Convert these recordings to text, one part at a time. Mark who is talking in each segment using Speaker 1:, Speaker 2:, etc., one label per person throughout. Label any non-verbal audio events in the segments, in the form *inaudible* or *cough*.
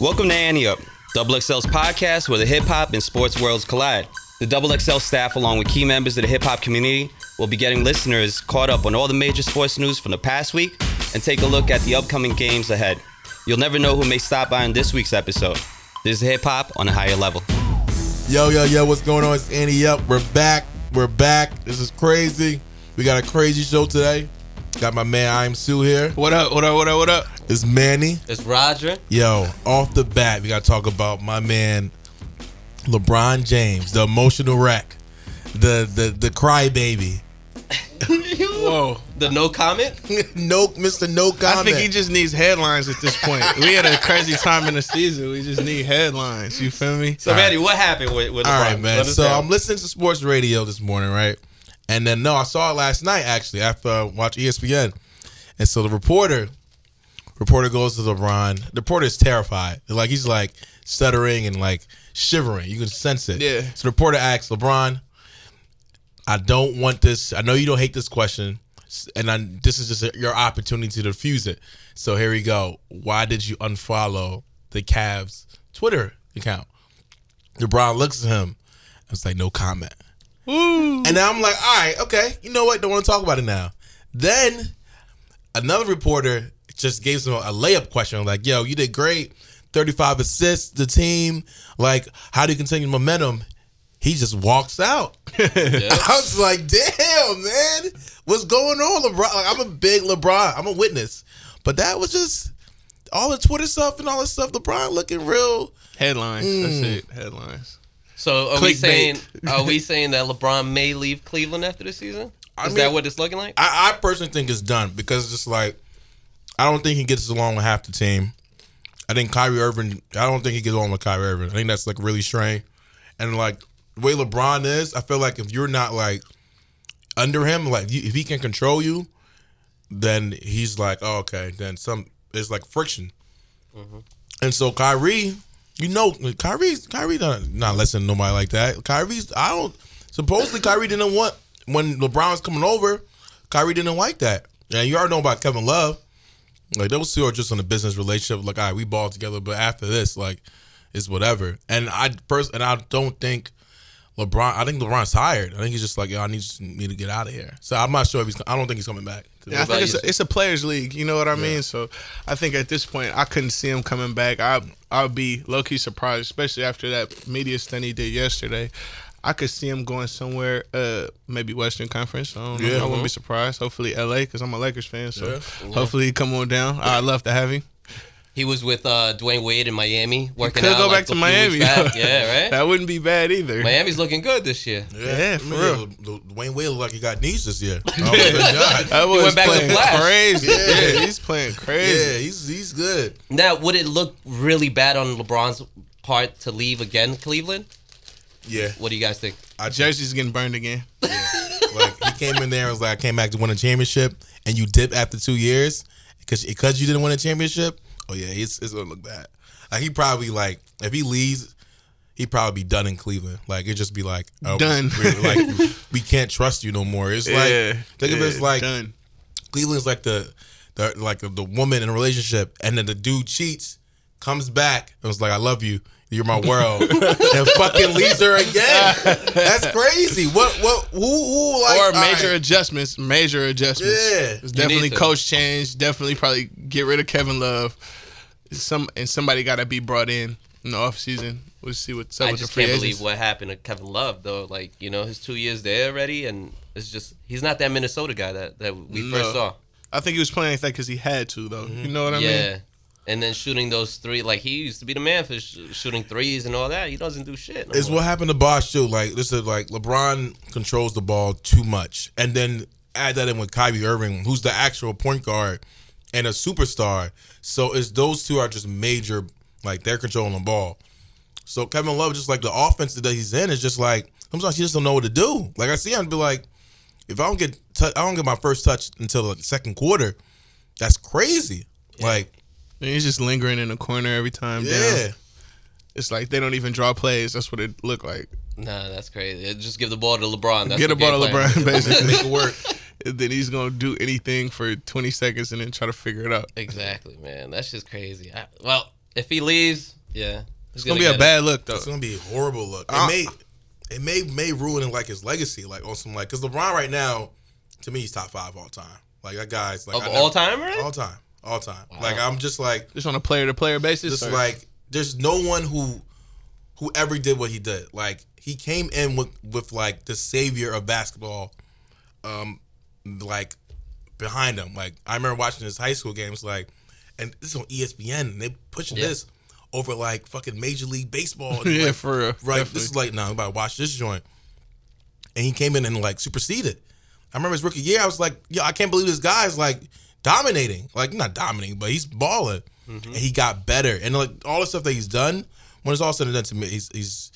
Speaker 1: Welcome to Annie Up, Double XL's podcast where the hip hop and sports worlds collide. The Double XL staff, along with key members of the hip hop community, will be getting listeners caught up on all the major sports news from the past week and take a look at the upcoming games ahead. You'll never know who may stop by in this week's episode. This is hip hop on a higher level.
Speaker 2: Yo, yo, yo, what's going on? It's Annie Up. We're back. We're back. This is crazy. We got a crazy show today. Got my man I'm Sue here.
Speaker 3: What up? What up? What up? What up?
Speaker 2: It's Manny.
Speaker 3: It's Roger.
Speaker 2: Yo, off the bat, we gotta talk about my man LeBron James, the emotional wreck, the the the crybaby.
Speaker 3: *laughs*
Speaker 2: *laughs*
Speaker 3: Whoa. The no comment.
Speaker 2: no Mr. No comment.
Speaker 4: I think he just needs headlines at this point. we had a crazy time in the season. We just need headlines. You feel me?
Speaker 3: So, Manny, what happened with, with
Speaker 2: All
Speaker 3: LeBron?
Speaker 2: right, man.
Speaker 3: Let us
Speaker 2: So
Speaker 3: know.
Speaker 2: I'm listening to sports radio this morning, right? And then no, I saw it last night actually after I watched E ESPN. And so the reporter, reporter goes to LeBron. The reporter is terrified. Like he's like stuttering and like shivering. You can sense it.
Speaker 4: Yeah.
Speaker 2: So the reporter asks LeBron, "I don't want this. I know you don't hate this question, s- and I, this is just your opportunity to refuse it. So here we go. Why did you unfollow the Cavs Twitter account?" LeBron looks at him. I was like, no comment. And now I'm like, all right, okay. You know what? Don't want to talk about it now. Then another reporter just gave him a layup question. Like, yo, you did great. 35 assists, the team. Like, how do you continue momentum? He just walks out. *laughs* I was like, damn, man. What's going on, LeBron? Like, I'm a big LeBron. I'm a witness. But that was just all the Twitter stuff and all this stuff. LeBron looking real.
Speaker 4: Headlines. That's
Speaker 3: Mm.
Speaker 4: it. Headlines.
Speaker 3: So, are we
Speaker 4: Clickbait.
Speaker 3: saying are we saying that LeBron may leave Cleveland after the season? Is
Speaker 2: I mean-
Speaker 3: that what it's looking like?
Speaker 2: I, I personally think it's done because it's just like I don't think he gets along with half the team. I think Kyrie Irving. I don't think he gets along with Kyrie Irving. I think that's like really strange. And like the way LeBron is, I feel like if you're not like under him, like you, if he can control you, then he's like, oh, okay. Then some it's like friction. And so Kyrie, you know, Kyrie, Kyrie not, not listen to nobody like that. Kyrie's, I don't. Supposedly, Kyrie didn't want when LeBron was coming over. Kyrie didn't like that, and you already know about Kevin Love. Like those two are just on a business relationship. Like, all right, we ball together, but after this, like, it's whatever. And I pers- and I don't think LeBron. I think LeBron's tired. I think he's just like, yo, I need need to get out of here. So I'm not sure if he's. I don't think he's coming back.
Speaker 4: Yeah, I think it's a, it's a players' league. You know what I mean? So I think at this point, I couldn't see him coming back. I I'll be low key surprised, especially after that media stunt he did yesterday. I could see him going somewhere, uh, maybe Western Conference. I don't know.
Speaker 2: Yeah.
Speaker 4: I
Speaker 3: Uh-huh.
Speaker 4: wouldn't be surprised. Hopefully, LA, because I'm a Lakers fan. So
Speaker 2: Yeah.
Speaker 4: hopefully, he come on down. I'd love to have him.
Speaker 3: He was with uh, Dwayne Wade in Miami working
Speaker 4: Could
Speaker 3: out.
Speaker 4: go
Speaker 3: like,
Speaker 4: back to
Speaker 3: a few
Speaker 4: Miami.
Speaker 3: weeks
Speaker 4: *laughs*
Speaker 3: back. Yeah, right.
Speaker 4: that wouldn't be bad either.
Speaker 3: Miami's looking good this year.
Speaker 4: Yeah, for real.
Speaker 2: real. Wayne Wade looked like he got knees this
Speaker 4: *laughs*
Speaker 2: year. Oh my god.
Speaker 4: That boy's
Speaker 3: went back to
Speaker 4: playing
Speaker 3: Flash.
Speaker 4: crazy.
Speaker 2: Yeah.
Speaker 4: Yeah. he's playing crazy.
Speaker 2: Yeah, he's he's good.
Speaker 3: Now, would it look really bad on LeBron's part to leave again Cleveland?
Speaker 2: Yeah,
Speaker 3: What do you guys think?
Speaker 4: Our jersey's getting burned again.
Speaker 2: like he came in there and was like, "I came back to win a championship," and you dip after two years because because you didn't win a championship. Oh yeah, it's it's gonna look bad. Like he probably like if he leaves, he probably be done in Cleveland. Like it'd just be like oh,
Speaker 4: Done.
Speaker 2: we like we can't trust you no more.
Speaker 4: *laughs*
Speaker 2: It's like think of it as
Speaker 4: yeah,
Speaker 2: like
Speaker 4: done.
Speaker 2: Cleveland's like the, the like the woman in a relationship, and then the dude cheats, comes back, and was like, "I love you, you're my
Speaker 4: *laughs*
Speaker 2: world," and fucking leaves her again. That's crazy. What what who who like
Speaker 4: or
Speaker 2: all
Speaker 4: major
Speaker 2: right.
Speaker 4: adjustments. Major adjustments.
Speaker 2: Yeah.
Speaker 4: it's
Speaker 3: You need
Speaker 4: definitely
Speaker 3: to.
Speaker 4: coach change. Definitely probably get rid of Kevin Love. Some and somebody got to be brought in in the off season. We'll see what's up
Speaker 3: I
Speaker 4: with the
Speaker 3: just
Speaker 4: free
Speaker 3: can't
Speaker 4: agents.
Speaker 3: believe what happened to Kevin Love though. Like you know, his two years there already, and it's just he's not that Minnesota guy that that we
Speaker 4: No.
Speaker 3: first saw.
Speaker 4: I think he was playing like that because he had to though.
Speaker 2: Mm-hmm.
Speaker 4: You know what I
Speaker 3: yeah,
Speaker 4: mean?
Speaker 3: and then shooting those three, like he used to be the man for sh- shooting threes and all that. He doesn't do shit. no
Speaker 2: It's
Speaker 3: more.
Speaker 2: what happened to Bosh too. Like this is like LeBron controls the ball too much, and then add that in with Kyrie Irving, who's the actual point guard and a superstar. So it's those two are just major. Like they're controlling the ball. So Kevin Love, just like the offense that he's in, is just like sometimes you just don't know what to do. Like I see him and be like, if I don't get, tou- I don't get my first touch until the second quarter. That's crazy. Like
Speaker 4: And he's just lingering in the corner every time.
Speaker 2: yeah.
Speaker 4: Down. It's like they don't even draw plays. That's what it looked like.
Speaker 3: Nah, that's crazy. Just give the ball to LeBron. That's
Speaker 4: Get
Speaker 3: the
Speaker 4: a ball to
Speaker 3: game plan. *laughs*
Speaker 4: LeBron, *laughs* basically.
Speaker 2: Make it work.
Speaker 4: and then he's gonna do anything for 20 seconds and then try to figure it out.
Speaker 3: Exactly, man. That's just crazy. I, well, if he leaves, yeah,
Speaker 4: It's gonna be a bad look though.
Speaker 2: It's gonna be a horrible look. It
Speaker 3: Ah.
Speaker 4: Uh,
Speaker 2: may it may may ruin like his legacy, like on some like because LeBron right now, to me he's top five all time. Like that guy's like
Speaker 3: of
Speaker 2: I
Speaker 3: all
Speaker 2: never-
Speaker 3: time, right?
Speaker 2: all time, all time. Like I'm just like
Speaker 4: Just on a player to player basis.
Speaker 2: just
Speaker 4: or-
Speaker 2: like there's no one who who ever did what he did. Like he came in with with like the savior of basketball, um, like behind him. Like I remember watching his high school games, like, and this is on E ESPN, and they pushing
Speaker 3: Yeah.
Speaker 2: this over like fucking Major League
Speaker 3: *laughs*
Speaker 2: Baseball. And,
Speaker 4: yeah,
Speaker 2: like,
Speaker 4: for real.
Speaker 2: right.
Speaker 4: Definitely.
Speaker 2: This is like, no, I'm about to watch this joint. And he came in and like superseded. I remember his rookie year, I was like, yo, I can't believe this guy's like dominating. Like, not dominating, but he's balling.
Speaker 4: Mm-hmm.
Speaker 2: And he got better. And like all the stuff that he's done, when it's all said and done to me, he's, he's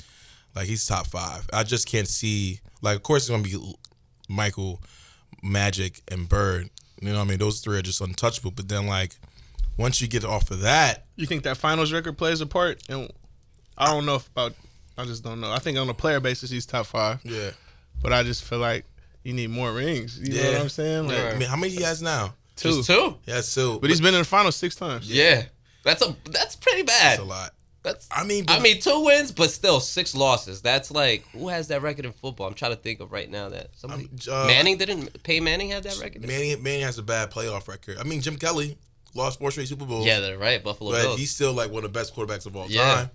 Speaker 2: like, he's top five. I just can't see, like, of course, it's going to be Michael, Magic, and Bird. You know what I mean? Those three are just untouchable. But then, like, once you get off of that,
Speaker 4: You think that finals record plays a part? And I don't know if about. I just don't know. I think on a player basis, he's top five.
Speaker 2: yeah.
Speaker 4: But I just feel like you need more rings. You know
Speaker 2: Yeah.
Speaker 4: what I'm saying? Like
Speaker 2: I mean, how many he has now?
Speaker 4: two.
Speaker 3: Just two.
Speaker 2: Yeah, so.
Speaker 4: But he's been in the finals six times.
Speaker 3: Yeah, that's a that's pretty bad.
Speaker 2: That's a lot.
Speaker 3: That's
Speaker 2: I mean,
Speaker 3: I
Speaker 2: but-
Speaker 3: mean, two wins, but still six losses. That's like who has that record in football? I'm trying to think of right now that somebody
Speaker 2: uh,
Speaker 3: Manning didn't. Pay Manning had that record.
Speaker 2: Manny Manny has a bad playoff record. I mean, Jim Kelly lost four straight Super Bowls.
Speaker 3: Yeah, they're right. Buffalo
Speaker 2: but
Speaker 3: Bills.
Speaker 2: he's still like one of the best quarterbacks of all
Speaker 3: Yeah.
Speaker 2: time.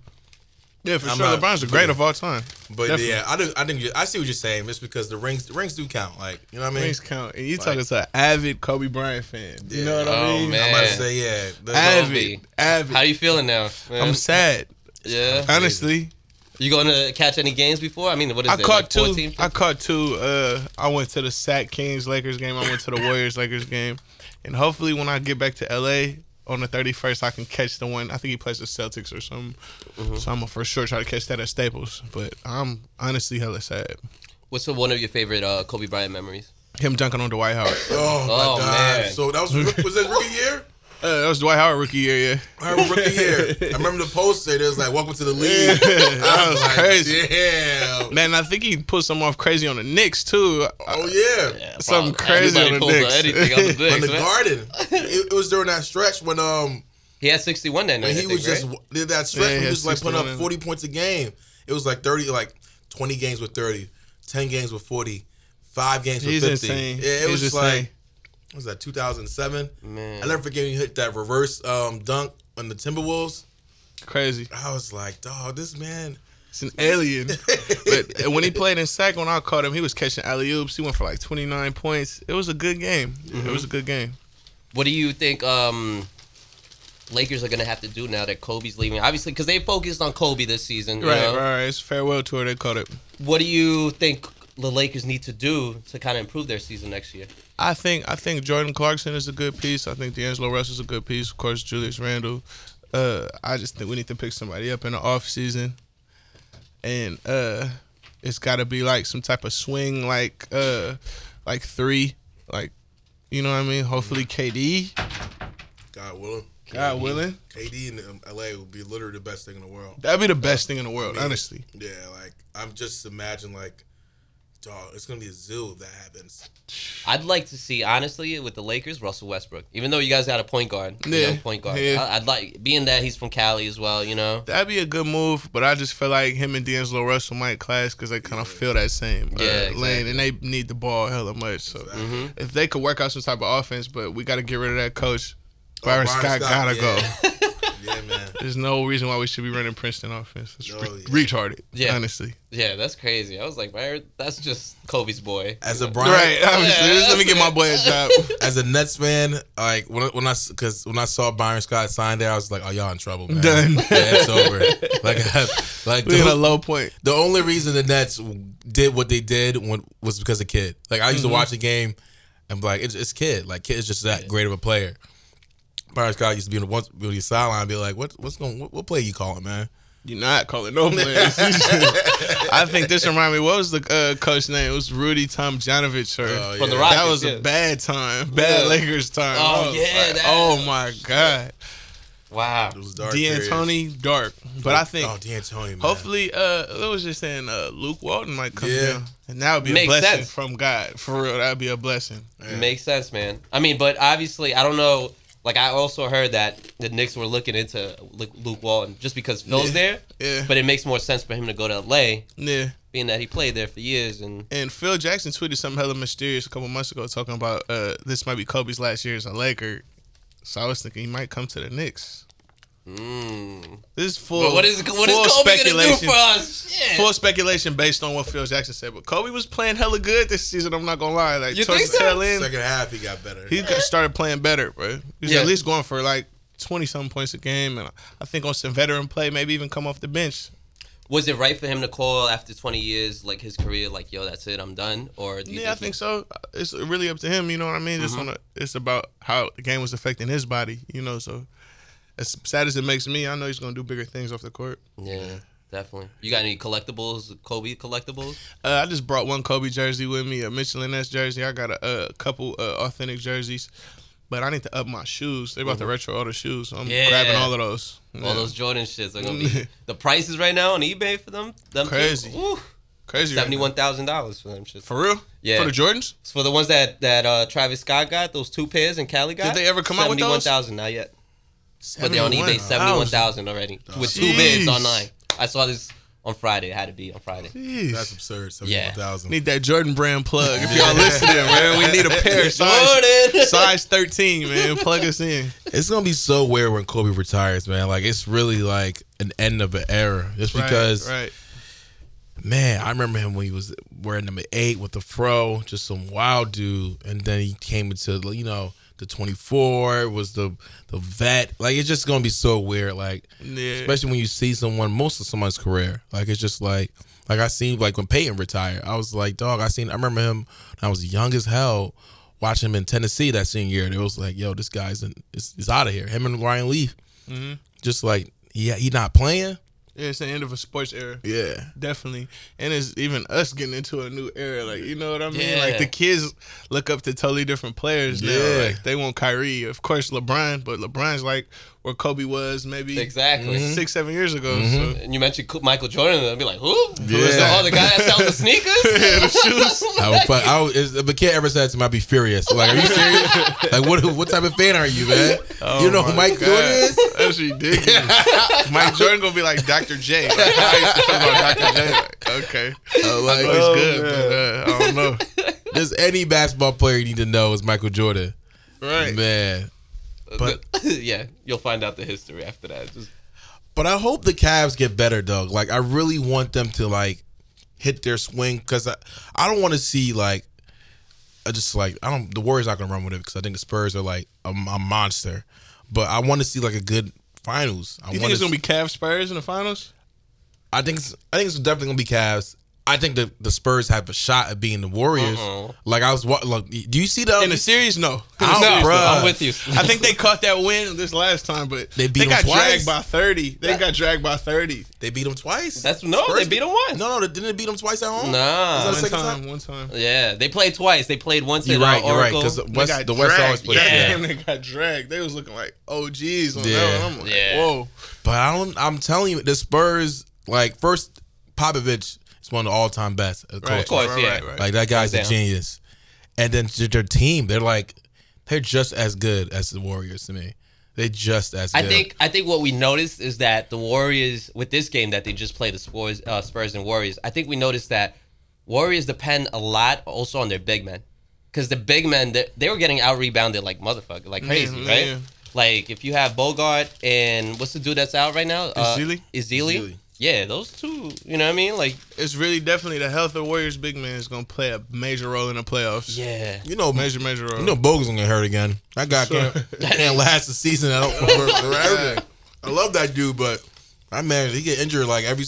Speaker 4: Yeah, for
Speaker 2: I'm
Speaker 4: sure.
Speaker 2: not-
Speaker 4: LeBron's the great of all time.
Speaker 2: But
Speaker 4: Definitely.
Speaker 2: yeah, I do. I think you- I see what you're saying. It's because the rings, the rings do count. Like you know what I mean.
Speaker 4: Rings count. And you
Speaker 2: Like-
Speaker 4: talking to an avid Kobe Bryant fan. You know what I
Speaker 3: Oh,
Speaker 4: mean?
Speaker 2: I'm
Speaker 3: man.
Speaker 2: about to say yeah. That's all-
Speaker 4: Avid.
Speaker 3: Kobe.
Speaker 4: Avid.
Speaker 3: How you feeling now? man?
Speaker 4: I'm sad.
Speaker 3: Yeah.
Speaker 4: Honestly,
Speaker 3: You going to catch any games before? I mean, what is
Speaker 4: I
Speaker 3: it?
Speaker 4: caught
Speaker 3: like
Speaker 4: two.
Speaker 3: 14,
Speaker 4: I caught two. Uh, I went to the Sac Kings Lakers game. I went to the Warriors Lakers game, and hopefully when I get back to LA on the 31st, I can catch the one. I think he plays the Celtics or something.
Speaker 3: Mm-hmm.
Speaker 4: So I'm gonna for sure try to catch that at Staples. But I'm honestly hella sad.
Speaker 3: What's one of your favorite uh, Kobe Bryant memories?
Speaker 4: Him dunking on Dwight
Speaker 3: *laughs*
Speaker 4: Howard.
Speaker 2: Oh,
Speaker 3: Oh,
Speaker 2: my god.
Speaker 3: man.
Speaker 2: So that was was that rookie year.
Speaker 4: Uh, that was Dwight Howard rookie year. Yeah,
Speaker 2: I remember rookie year. I remember the poster. It was like "Welcome to the league."
Speaker 4: *laughs* that
Speaker 3: *laughs*
Speaker 4: was crazy.
Speaker 2: Yeah.
Speaker 4: Man, I think he put some off crazy on the Knicks too. Uh,
Speaker 2: Oh yeah.
Speaker 4: Something crazy
Speaker 3: Everybody
Speaker 4: on the
Speaker 3: pulls
Speaker 4: Knicks.
Speaker 3: Anything
Speaker 4: *laughs*
Speaker 3: on the Knicks,
Speaker 2: In the
Speaker 3: man.
Speaker 2: garden. It, it was during that stretch when um
Speaker 3: He had 61 that night.
Speaker 2: When
Speaker 3: I
Speaker 2: he
Speaker 3: think,
Speaker 2: was just
Speaker 3: right?
Speaker 2: did that stretch.
Speaker 4: Yeah,
Speaker 2: when
Speaker 4: he
Speaker 2: he
Speaker 4: had
Speaker 2: was like putting up
Speaker 4: 61 in.
Speaker 2: forty points a game. It was like thirty, like twenty games with 30, 10 games with 40, five games
Speaker 4: He's
Speaker 2: with fifty.
Speaker 4: insane.
Speaker 2: Yeah, it
Speaker 4: He's
Speaker 2: was just
Speaker 4: insane.
Speaker 2: like what was that two thousand seven?
Speaker 3: Man.
Speaker 2: I never forget when he hit that reverse um, dunk on the Timberwolves.
Speaker 4: Crazy.
Speaker 2: I was like, dog, this man.
Speaker 4: It's an alien. but when he played in sack, when I caught him, he was catching alley oops. He went for like 29 points. It was a good game. It was a good game.
Speaker 3: What do you think um, Lakers are going to have to do now that Kobe's leaving? Obviously, because they focused on Kobe this season. you
Speaker 4: Right,
Speaker 3: know?
Speaker 4: right, right. It's farewell tour. They called it.
Speaker 3: What do you think the Lakers need to do to kind of improve their season next year?
Speaker 4: I think I think Jordan Clarkson is a good piece. I think D'Angelo Russell is a good piece. Of course, Julius Randle. Uh, I just think we need to pick somebody up in the off season, and uh, it's got to be like some type of swing, like uh, like three, like you know what I mean. Hopefully, KD.
Speaker 2: God willing,
Speaker 4: God willing,
Speaker 2: KD in um, LA would be literally the best thing in the world.
Speaker 4: that'd be the best thing in the world, *laughs* honestly.
Speaker 2: Yeah, like I'm just imagine like, dog, it's gonna be a zoo if that happens.
Speaker 3: I'd like to see, honestly, with the Lakers, Russell Westbrook. Even though you guys got a point guard, you
Speaker 4: Yeah,
Speaker 3: know, point guard.
Speaker 4: yeah.
Speaker 3: I- I'd like, being that he's from Cali as well, you know.
Speaker 4: That'd be a good move, but I just feel like him and D'Angelo Russell might clash because they kind of feel that same uh,
Speaker 3: Yeah, exactly.
Speaker 4: lane, and they need the ball hella much. So if they could work out some type of offense, but we got to get rid of that coach. Byron Scott, gotta go.
Speaker 2: go. Oh, *laughs* yeah, man.
Speaker 4: *laughs* There's no reason why we should be running Princeton offense. It's
Speaker 2: No,
Speaker 4: re-
Speaker 2: yeah.
Speaker 4: retarded,
Speaker 3: Yeah.
Speaker 4: honestly.
Speaker 3: Yeah, that's crazy. I was like, man, that's just Kobe's boy.
Speaker 2: As a Brian,
Speaker 4: Right, obviously.
Speaker 3: Yeah,
Speaker 4: Let me get my boy a job.
Speaker 2: *laughs* as a Nets fan, like when when I because when I saw Byron Scott sign there, I was like, "Oh, y'all in trouble, man.
Speaker 4: Done.
Speaker 2: yeah, it's over." Like, like
Speaker 4: *laughs* We're at a
Speaker 2: the,
Speaker 4: low point.
Speaker 2: the only reason the Nets did what they did when, was because of Kid. Like, I used
Speaker 4: Mm-hmm.
Speaker 2: to watch the game and be like, "It's, it's Kid. Like, Kid is just that great of a player." Byron Scott used to be on the, once- be on the sideline and be like, "What what's going? What, what play you calling, man?"
Speaker 4: You're not
Speaker 2: *laughs*
Speaker 4: calling no plays. I think this reminded me. What was the uh, coach name? It was Rudy Tomjanovich or
Speaker 2: Oh,
Speaker 3: From the
Speaker 2: yeah.
Speaker 3: Rockets.
Speaker 4: that was
Speaker 3: yeah.
Speaker 4: a bad time, bad
Speaker 3: Yeah.
Speaker 4: Lakers time.
Speaker 3: Oh,
Speaker 4: I was
Speaker 3: yeah,
Speaker 4: like,
Speaker 3: that-
Speaker 4: oh my god,
Speaker 3: Wow.
Speaker 2: It was dark. periods.
Speaker 4: D'Antoni dark. But I think
Speaker 2: Oh, D'Antoni. Man.
Speaker 4: hopefully, uh, I was just saying, uh, Luke Walton might come
Speaker 2: Yeah.
Speaker 4: down, and that would be
Speaker 3: Makes
Speaker 4: a blessing
Speaker 3: sense.
Speaker 4: from God for real. That'd be a blessing.
Speaker 2: Yeah.
Speaker 3: Makes sense, man. I mean, but obviously, I don't know. Like I also heard that the Knicks were looking into Lu- Luke Walton just because Phil's there.
Speaker 4: Yeah.
Speaker 3: But it makes more sense for him to go to LA,
Speaker 4: Yeah.
Speaker 3: being that he played there for years and
Speaker 4: And Phil Jackson tweeted something hella mysterious a couple months ago talking about uh, this might be Kobe's last year as a Laker. So I was thinking he might come to the Knicks. This is full.
Speaker 3: hmm. But what is what is
Speaker 4: full
Speaker 3: Kobe gonna do
Speaker 4: speculation.
Speaker 3: for us? Shit.
Speaker 4: Full speculation based on what Phil Jackson said, but Kobe was playing hella good this season. I'm not gonna lie. Like
Speaker 3: You
Speaker 4: towards
Speaker 3: think
Speaker 4: the
Speaker 3: so?
Speaker 4: tail end,
Speaker 2: Second half, he got better.
Speaker 4: he got- started playing better, bro. He was
Speaker 3: Yeah.
Speaker 4: at least going for like twenty something points a game, and I think on some veteran play, maybe even come off the bench.
Speaker 3: Was it right for him to call after 20 years, like his career, like yo, that's it, I'm done? Or do you Mm-hmm.
Speaker 4: Yeah, I think so. It's really up to him. You know what I mean? Just on a, it's about how the game was affecting his body. You know, so as sad as it makes me, I know he's gonna do bigger things off the court.
Speaker 3: Yeah, definitely. You got any collectibles, Kobe collectibles?
Speaker 4: Uh, I just brought one Kobe jersey with me, a Michelin S jersey. I got a, a couple uh, authentic jerseys, but I need to up my shoes. They about to retro all the shoes, so I'm
Speaker 3: Mm-hmm. Yeah.
Speaker 4: grabbing all of those. Yeah.
Speaker 3: All those Jordan shits are gonna
Speaker 4: *laughs*
Speaker 3: be the prices right now on eBay for them. them
Speaker 4: Crazy. crazy right now.
Speaker 3: Seventy one thousand dollars for them shits.
Speaker 4: for real.
Speaker 3: Yeah.
Speaker 4: for the Jordans.
Speaker 3: For the ones that that uh, Travis Scott got, those two pairs and Cali got.
Speaker 4: Did they ever come out with those?
Speaker 3: Seventy-one thousand, not yet. But they're on eBay,
Speaker 4: 71,000.
Speaker 3: seventy-one thousand already with two
Speaker 4: Jeez.
Speaker 3: bids online. I saw this on Friday. It had to be on Friday.
Speaker 4: Jeez.
Speaker 2: That's absurd.
Speaker 3: Yeah.
Speaker 2: Seventy-one thousand.
Speaker 4: Need that Jordan brand plug if y'all listening, man. We
Speaker 3: *laughs*
Speaker 4: need a pair size,
Speaker 3: Jordan.
Speaker 4: size 13, man. Plug us in.
Speaker 2: It's gonna be so weird when Kobe retires, man. Like it's really like an end of an era. Just because,
Speaker 4: right,
Speaker 2: man, I remember him when he was wearing number eight with the fro, just some wild dude, and then he came into you know the twenty four was the the vet. Like it's just gonna be so weird. Like
Speaker 4: yeah,
Speaker 2: especially when you see someone most of someone's career. Like it's just like like I seen like when Peyton retired, I was like, dog, I seen I remember him when I was young as hell watching him in Tennessee that senior year. And it was like, yo, this guy's in is, is out of here. Him and Ryan Leaf. Just like yeah, he not playing.
Speaker 4: yeah. It's the end of a sports era,
Speaker 2: Yeah.
Speaker 4: definitely. And it's even us getting into a new era, like you know what I mean. Like
Speaker 3: Yeah.
Speaker 4: the kids look up to totally different players now.
Speaker 2: Yeah.
Speaker 4: Like they want Kyrie, of course, LeBron, but LeBron's like where Kobe was maybe
Speaker 3: Exactly.
Speaker 2: Mm-hmm.
Speaker 4: six, seven years ago. So.
Speaker 3: And you mentioned Co- Michael Jordan, and I'd be like, who? Who is the
Speaker 2: Yeah.
Speaker 3: other guy that sells
Speaker 2: *laughs*
Speaker 3: the sneakers?
Speaker 4: the shoes.
Speaker 3: *laughs*
Speaker 2: I would fuck, I would, if a kid ever said to me, I'd be furious. Like, are you serious?
Speaker 4: *laughs*
Speaker 2: like, what what type of fan are you, man? you know who
Speaker 4: Oh my
Speaker 2: Mike
Speaker 4: God.
Speaker 2: Jordan is? *laughs*
Speaker 4: That's ridiculous. Mike Jordan gonna be like Dr. J. Like, I used to feel about Dr. J. Like, okay,
Speaker 2: Uh, like,
Speaker 4: Oh, he's good, but uh, I don't know.
Speaker 2: there's any basketball player you need to know is Michael Jordan. *laughs*
Speaker 4: Right.
Speaker 2: Man. But-
Speaker 3: *laughs* yeah, you'll find out the history after that. Just
Speaker 2: But I hope the Cavs get better, Doug. Like I really want them to like hit their swing because I, I don't want to see like I just like I don't the Warriors not gonna run with it because I think the Spurs are like a, a monster. But I want to see like a good finals. I
Speaker 4: You think
Speaker 2: wanna
Speaker 4: it's gonna be Cavs Spurs in the finals?
Speaker 2: I think it's, I think it's definitely gonna be Cavs. I think the, the Spurs have a shot at being the Warriors.
Speaker 3: Uh-oh.
Speaker 2: Like I was wa- like, do you see the
Speaker 4: In the series, no. In the
Speaker 2: Oh,
Speaker 4: series,
Speaker 2: bruh.
Speaker 3: I'm with you.
Speaker 4: I think they caught that win this last time, but
Speaker 2: They
Speaker 4: they,
Speaker 2: beat
Speaker 4: got
Speaker 2: them twice.
Speaker 4: dragged by thirty. They got dragged by thirty.
Speaker 2: they beat them twice?
Speaker 3: *laughs* That's no,
Speaker 2: Spurs-
Speaker 3: they beat him once.
Speaker 2: No, no, they didn't they beat them twice at home.
Speaker 3: Nah.
Speaker 2: Is
Speaker 4: One
Speaker 2: second
Speaker 4: time,
Speaker 2: time?
Speaker 4: one time.
Speaker 3: Yeah, they played twice. They played once
Speaker 2: You're
Speaker 3: in
Speaker 2: right.
Speaker 3: uh,
Speaker 2: You're right.
Speaker 3: Oracle.
Speaker 2: Because the
Speaker 4: They
Speaker 2: West,
Speaker 4: got
Speaker 2: the West
Speaker 4: dragged.
Speaker 2: always plays.
Speaker 4: Yeah, they got dragged. They was looking like OGs on
Speaker 2: Yeah.
Speaker 4: that one. I'm like,
Speaker 3: Yeah.
Speaker 4: whoa.
Speaker 2: But I don't. I'm telling you, the Spurs. Like first, Popovich is one of the all-time best. Of
Speaker 4: Right,
Speaker 2: course.
Speaker 3: Of course,
Speaker 4: right,
Speaker 3: yeah.
Speaker 4: right, right.
Speaker 2: Like that guy's a
Speaker 3: Hands down.
Speaker 2: genius. And then to their team, they're like, they're just as good as the Warriors to me. They just as.
Speaker 3: I
Speaker 2: good.
Speaker 3: think I think what we noticed is that the Warriors with this game that they just played the Spurs, uh, Spurs and Warriors. I think we noticed that Warriors depend a lot also on their big men because the big men they, they were getting out rebounded like motherfucker, like crazy,
Speaker 4: yeah.
Speaker 3: right? Like if you have Bogart and what's the dude that's out right now? Uh,
Speaker 4: Ezeli?
Speaker 2: Ezeli.
Speaker 3: Ezeli. Yeah, those two. You know what I mean? Like
Speaker 4: It's really definitely the health of Warriors big man is gonna play a major role in the playoffs.
Speaker 3: yeah.
Speaker 2: you know.
Speaker 4: Major, major role.
Speaker 2: you
Speaker 4: *laughs*
Speaker 2: know, Bogus gonna get hurt again. That guy
Speaker 4: Sure.
Speaker 2: can't, can't last the season. I
Speaker 4: *laughs*
Speaker 2: don't. I love that dude, but I man, he get injured like every.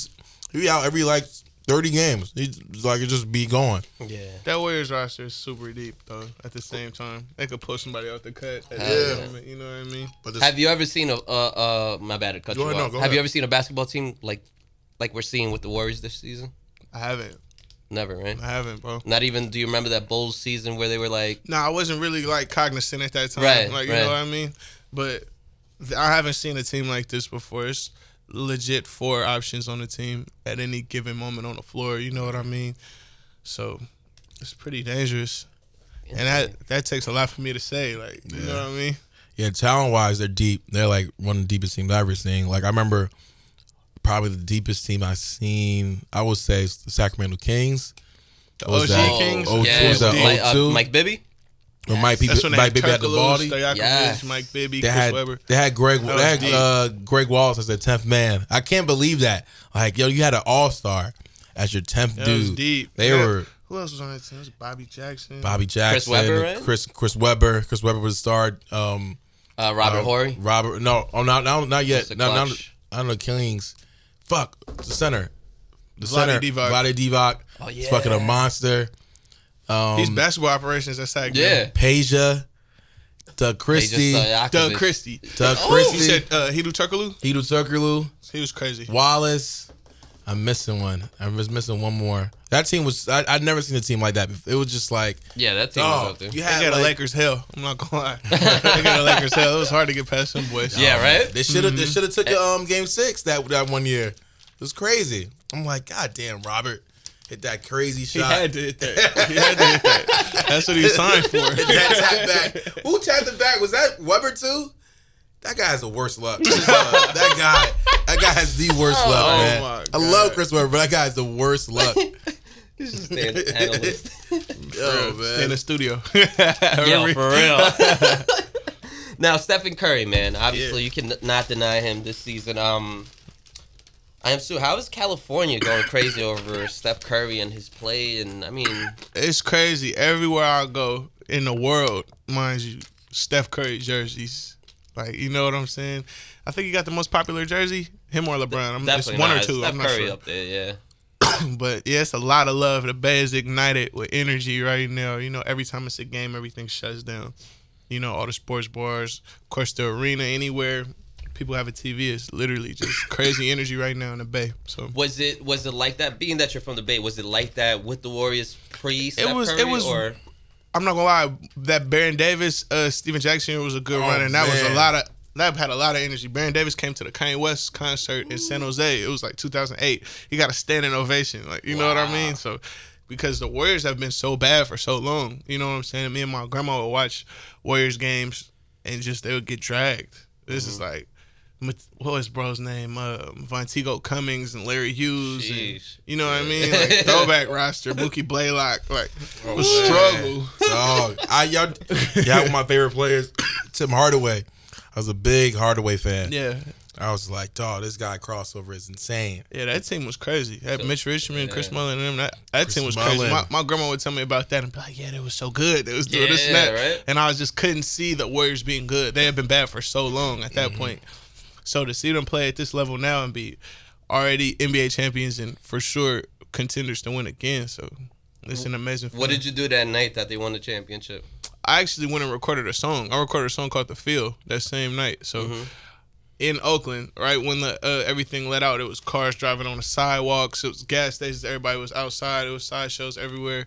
Speaker 2: He out every like thirty games. He's like it just be gone.
Speaker 3: Yeah.
Speaker 4: That Warriors roster is super deep though. At the same time, they could pull somebody off the cut. At
Speaker 3: Yeah.
Speaker 4: yeah, you know what I mean.
Speaker 2: But this,
Speaker 3: Have you ever seen a uh, uh my bad to cut
Speaker 2: Go
Speaker 3: you
Speaker 2: ahead, no,
Speaker 3: off.
Speaker 2: go
Speaker 3: Have you
Speaker 2: ahead.
Speaker 3: ever seen a basketball team like like we're seeing with the Warriors this season?
Speaker 4: I haven't,
Speaker 3: Never, right?
Speaker 4: I haven't, bro.
Speaker 3: Not even. Do you remember that Bulls season where they were like,
Speaker 4: Nah, I wasn't really like cognizant at that time.
Speaker 3: Right,
Speaker 4: like you
Speaker 3: right.
Speaker 4: know what I mean. But th- I haven't seen a team like this before. It's legit four options on the team at any given moment on the floor. You know what I mean. So it's pretty dangerous, and that that takes a lot for me to say. Like you know what I mean.
Speaker 2: Yeah, talent wise, they're deep. They're like one of the deepest teams I've ever seen. Like I remember, probably the deepest team I've seen. I would say is the Sacramento Kings.
Speaker 4: The
Speaker 2: What
Speaker 4: OG
Speaker 2: was that?
Speaker 4: Kings.
Speaker 2: Oh,
Speaker 3: yeah,
Speaker 2: was that
Speaker 3: with Mike, uh,
Speaker 2: 02?
Speaker 3: Mike Bibby.
Speaker 2: Or Mike Bibby,
Speaker 4: That's when they
Speaker 2: Mike
Speaker 4: had
Speaker 2: Bibby had
Speaker 4: Turk
Speaker 2: the
Speaker 4: Lewis,
Speaker 2: body.
Speaker 4: Stojakovic,
Speaker 3: Yes.
Speaker 4: Mike Bibby,
Speaker 2: They
Speaker 4: Chris
Speaker 2: had
Speaker 4: Weber.
Speaker 2: they had Greg
Speaker 4: That
Speaker 2: they had,
Speaker 4: was deep.
Speaker 2: uh, Greg Wallace as their tenth man. I can't believe that. Like yo, you had an all star as your tenth
Speaker 4: That
Speaker 2: dude.
Speaker 4: was deep.
Speaker 2: They
Speaker 4: Yeah.
Speaker 2: were
Speaker 4: Who else was on that team? It was Bobby Jackson.
Speaker 2: Bobby Jackson,
Speaker 3: Webber, right?
Speaker 2: Chris Chris Webber, Chris Webber was starred. Um,
Speaker 3: Uh, Robert
Speaker 2: uh,
Speaker 3: Horry.
Speaker 2: Robert, no, oh, not not, not yet.
Speaker 3: Just a
Speaker 2: Not, not,
Speaker 3: clutch.
Speaker 2: not the Kings. Fuck the center, the
Speaker 4: Vlade
Speaker 2: center.
Speaker 4: Divac.
Speaker 2: Vlade Divac.
Speaker 3: Oh,
Speaker 2: He's fucking a
Speaker 3: yeah.
Speaker 2: monster. Um,
Speaker 4: He's basketball operations at Sac.
Speaker 3: Yeah.
Speaker 2: Peja, Doug
Speaker 3: They just,
Speaker 2: Christie,
Speaker 3: uh,
Speaker 4: Doug
Speaker 3: Yakovitch.
Speaker 4: Christie.
Speaker 2: Doug
Speaker 3: Oh!
Speaker 4: He
Speaker 2: Christie,
Speaker 4: said uh, Hidu Turkoglu.
Speaker 2: Hedo Turkoglu,
Speaker 4: He was crazy.
Speaker 2: Wallace. I'm missing one. I'm just missing one more. That team was. I, I'd never seen a team like that. before. It was just like,
Speaker 3: Yeah, that team was
Speaker 2: oh,
Speaker 3: up there.
Speaker 2: you
Speaker 4: They
Speaker 2: had
Speaker 4: got a
Speaker 2: like,
Speaker 4: Lakers hell. I'm not
Speaker 3: *laughs*
Speaker 4: gonna lie. they got a Lakers hell. It was hard to get past them boys.
Speaker 3: Yeah,
Speaker 4: *laughs*
Speaker 3: right.
Speaker 2: They should have.
Speaker 4: Mm-hmm.
Speaker 2: They should have
Speaker 4: Eh.
Speaker 2: took a, um game six that that one year. It was crazy. I'm like, God damn, Robert hit that crazy
Speaker 4: He
Speaker 2: shot.
Speaker 4: had to hit *laughs* that. He had to hit that. That's what he
Speaker 3: *laughs*
Speaker 4: signed for.
Speaker 2: Hit
Speaker 4: *laughs*
Speaker 2: that tap back. Who tapped it back? Was that Weber too? That guy has the worst
Speaker 4: *laughs*
Speaker 2: luck. that guy. That guy has the worst luck,
Speaker 4: Oh
Speaker 2: man.
Speaker 4: my
Speaker 2: I
Speaker 4: God.
Speaker 2: love Chris Webber, but that guy has the worst
Speaker 4: *laughs*
Speaker 2: luck.
Speaker 3: He's just an analyst.
Speaker 2: Yo,
Speaker 4: Stay in
Speaker 2: man.
Speaker 4: the studio. *laughs*
Speaker 3: Yeah,
Speaker 4: Remember?
Speaker 3: for real. now Stephen Curry, man, obviously you can not deny him this season. Um, I am Sue. How is California going crazy over Steph Curry and his play? And I mean,
Speaker 4: *laughs* It's crazy. Everywhere I go in the world, mind you, Steph Curry jerseys. Like you know what I'm saying? I think he got the most popular jersey. Him or LeBron? I'm, it's
Speaker 3: definitely
Speaker 4: one
Speaker 3: not.
Speaker 4: or two.
Speaker 3: Steph
Speaker 4: I'm not
Speaker 3: Curry
Speaker 4: sure.
Speaker 3: up there, yeah.
Speaker 4: *clears throat* But yeah, it's a lot of love. The Bay is ignited with energy right now. You know, every time it's a game, everything shuts down. You know, all the sports bars, of course, the arena, anywhere people have a TV, it's literally just crazy energy right now in the Bay. So
Speaker 3: Was it was it like that? Being that you're from the Bay, was it like that with the Warriors pre Steph
Speaker 4: was-
Speaker 3: Curry?
Speaker 4: it was-
Speaker 3: or
Speaker 4: I'm not gonna lie, that Baron Davis, uh, Steven Jackson was a good run, and that was
Speaker 2: Oh, man.
Speaker 4: a lot of that had a lot of energy. Baron Davis came to the Kanye West concert in San Jose. It was like 2008. He got a standing ovation, like you know what I mean. So because the Warriors have been so bad for so long, you know what I'm saying. Me and my grandma would watch Warriors games, and just they would get dragged. This
Speaker 2: Mm-hmm.
Speaker 4: is like. Mat- What was bro's name? Uh, Vontigo Cummings and Larry Hughes. And,
Speaker 3: Jeez.
Speaker 4: you know what I
Speaker 2: *laughs*
Speaker 4: mean? Like, throwback roster, Mookie Blaylock. Like, was
Speaker 2: Oh, man.
Speaker 4: struggle.
Speaker 2: Dog. I y'all, y'all one of my favorite players, *coughs* Tim Hardaway. I was a big Hardaway fan.
Speaker 4: Yeah,
Speaker 2: I was like, dog, this guy crossover is insane.
Speaker 4: yeah, that team was crazy. That Mitch Richmond, Chris
Speaker 3: yeah.
Speaker 4: Mullin, and them, that, that
Speaker 2: Chris
Speaker 4: team was
Speaker 2: Mullin.
Speaker 4: crazy. My, my grandma would tell me about that and be like, "Yeah, they was so good. They was doing this and
Speaker 3: Yeah,
Speaker 4: that,"
Speaker 3: right?
Speaker 4: and I was just couldn't see the Warriors being good. They had been bad for so long at
Speaker 3: Mm-hmm.
Speaker 4: that point. So to see them play at this level now and be already NBA champions and for sure contenders to win again, so it's an amazing.
Speaker 3: what
Speaker 4: feeling.
Speaker 3: did you do that night that they won the championship?
Speaker 4: I actually went and recorded a song. I recorded a song called "The Field" that same night. So, in Oakland, right when the uh, everything let out, it was cars driving on the sidewalks. It was gas stations. Everybody was outside. It was sideshows everywhere.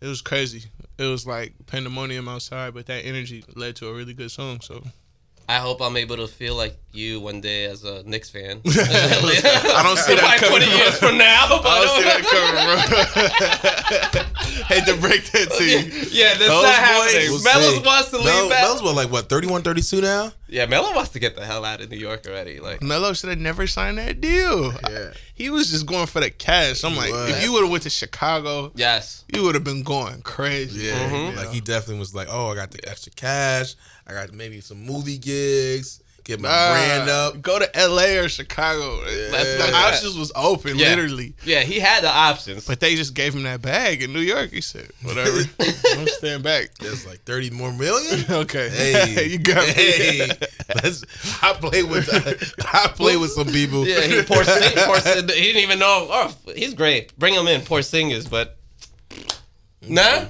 Speaker 4: It was crazy. It was like pandemonium outside, but that energy led to a really good song. So
Speaker 3: I hope I'm able to feel like you one day as a Knicks fan.
Speaker 4: *laughs* I don't
Speaker 3: *laughs*
Speaker 4: see that
Speaker 3: Like
Speaker 4: coming.
Speaker 3: 20 years from now, but
Speaker 4: I don't see
Speaker 3: *laughs*
Speaker 4: that coming, bro. Hate to break that
Speaker 2: *laughs*
Speaker 4: to you.
Speaker 3: Yeah, that's not
Speaker 4: Those boys
Speaker 3: happening.
Speaker 2: We'll
Speaker 3: Melos
Speaker 2: see.
Speaker 3: wants to leave
Speaker 2: Mel-
Speaker 3: back.
Speaker 2: Melo's what, like what, 31, 32 now?
Speaker 3: yeah, Melo wants to get the hell out of New York already. Like,
Speaker 4: *laughs* Melo should have never signed that deal.
Speaker 2: Yeah.
Speaker 4: He was just going for the cash. I'm like,
Speaker 2: was.
Speaker 4: if you would have went to Chicago,
Speaker 3: yes.
Speaker 4: you would have been going crazy.
Speaker 2: Yeah, like he definitely was like, "Oh, I got the extra cash. I got maybe some movie gigs. Get my
Speaker 4: Ah,
Speaker 2: brand up."
Speaker 4: Go to LA or Chicago.
Speaker 3: That's
Speaker 4: The
Speaker 3: not-
Speaker 4: options was open,
Speaker 3: Yeah.
Speaker 4: literally.
Speaker 3: Yeah, he had the options.
Speaker 4: But they just gave him that bag in New York. He said, whatever.
Speaker 3: *laughs*
Speaker 4: I'm staying back.
Speaker 2: There's like thirty more million.
Speaker 4: *laughs* Okay.
Speaker 2: Hey,
Speaker 4: *laughs* you got me.
Speaker 2: *laughs*
Speaker 4: *laughs*
Speaker 2: Hey, let's. I play with. I play with some people.
Speaker 3: yeah, he Porzing, Porzing, he didn't even know. Oh, he's great. Bring him in, Porzingis. But nah,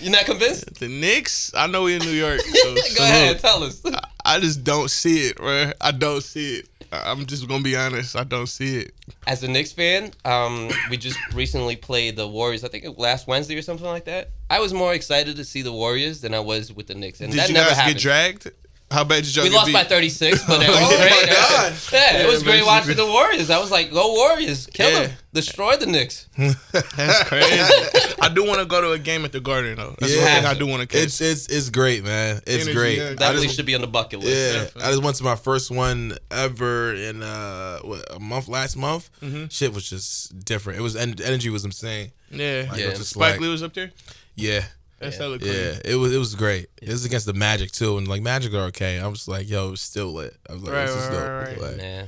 Speaker 3: you're not convinced.
Speaker 4: *laughs* The Knicks, I know we in New York. So
Speaker 3: *laughs* Go ahead, tell us.
Speaker 4: I just don't see it, bro. I don't see it. I- I'm just going to be honest. I don't see it.
Speaker 3: As a Knicks fan, um, we just recently played the Warriors. I think last Wednesday or something like that. I was more excited to see the Warriors than I was with the Knicks, and
Speaker 4: Did
Speaker 3: that
Speaker 4: you
Speaker 3: never
Speaker 4: guys
Speaker 3: happened.
Speaker 4: get dragged? How bad did y'all
Speaker 3: We
Speaker 4: get
Speaker 3: lost
Speaker 4: beat? Oh
Speaker 3: by 36,
Speaker 4: *laughs*
Speaker 3: but it was
Speaker 2: my
Speaker 3: great.
Speaker 2: God.
Speaker 3: Yeah, it was
Speaker 4: Yeah,
Speaker 3: great
Speaker 4: man.
Speaker 3: watching the Warriors. I was like, go Warriors, kill
Speaker 4: Yeah.
Speaker 3: them, destroy the Knicks. *laughs*
Speaker 4: That's crazy. I do want to go to a game at the Garden though. That's one thing I do want to catch.
Speaker 2: It's it's it's great, man. It's
Speaker 4: Energy,
Speaker 2: great.
Speaker 4: yeah.
Speaker 2: I
Speaker 3: Definitely
Speaker 2: just,
Speaker 3: should be on the bucket list.
Speaker 2: yeah, I just went to my first one ever in uh what, a month last month.
Speaker 4: Mm-hmm.
Speaker 2: Shit was just different. It was en- energy was insane.
Speaker 4: yeah.
Speaker 2: Like,
Speaker 3: Yeah.
Speaker 2: it was just
Speaker 4: Spike
Speaker 2: like-
Speaker 4: Lee was up there.
Speaker 2: yeah,
Speaker 4: That's
Speaker 3: Yeah.
Speaker 4: hella crazy.
Speaker 2: yeah. It was it was great. It was against the Magic too, and like Magic are okay. I was like, yo, it was still lit. I was like,
Speaker 4: Right,
Speaker 2: this is
Speaker 4: right,
Speaker 2: dope.
Speaker 4: right, right.
Speaker 2: Like,
Speaker 3: Yeah.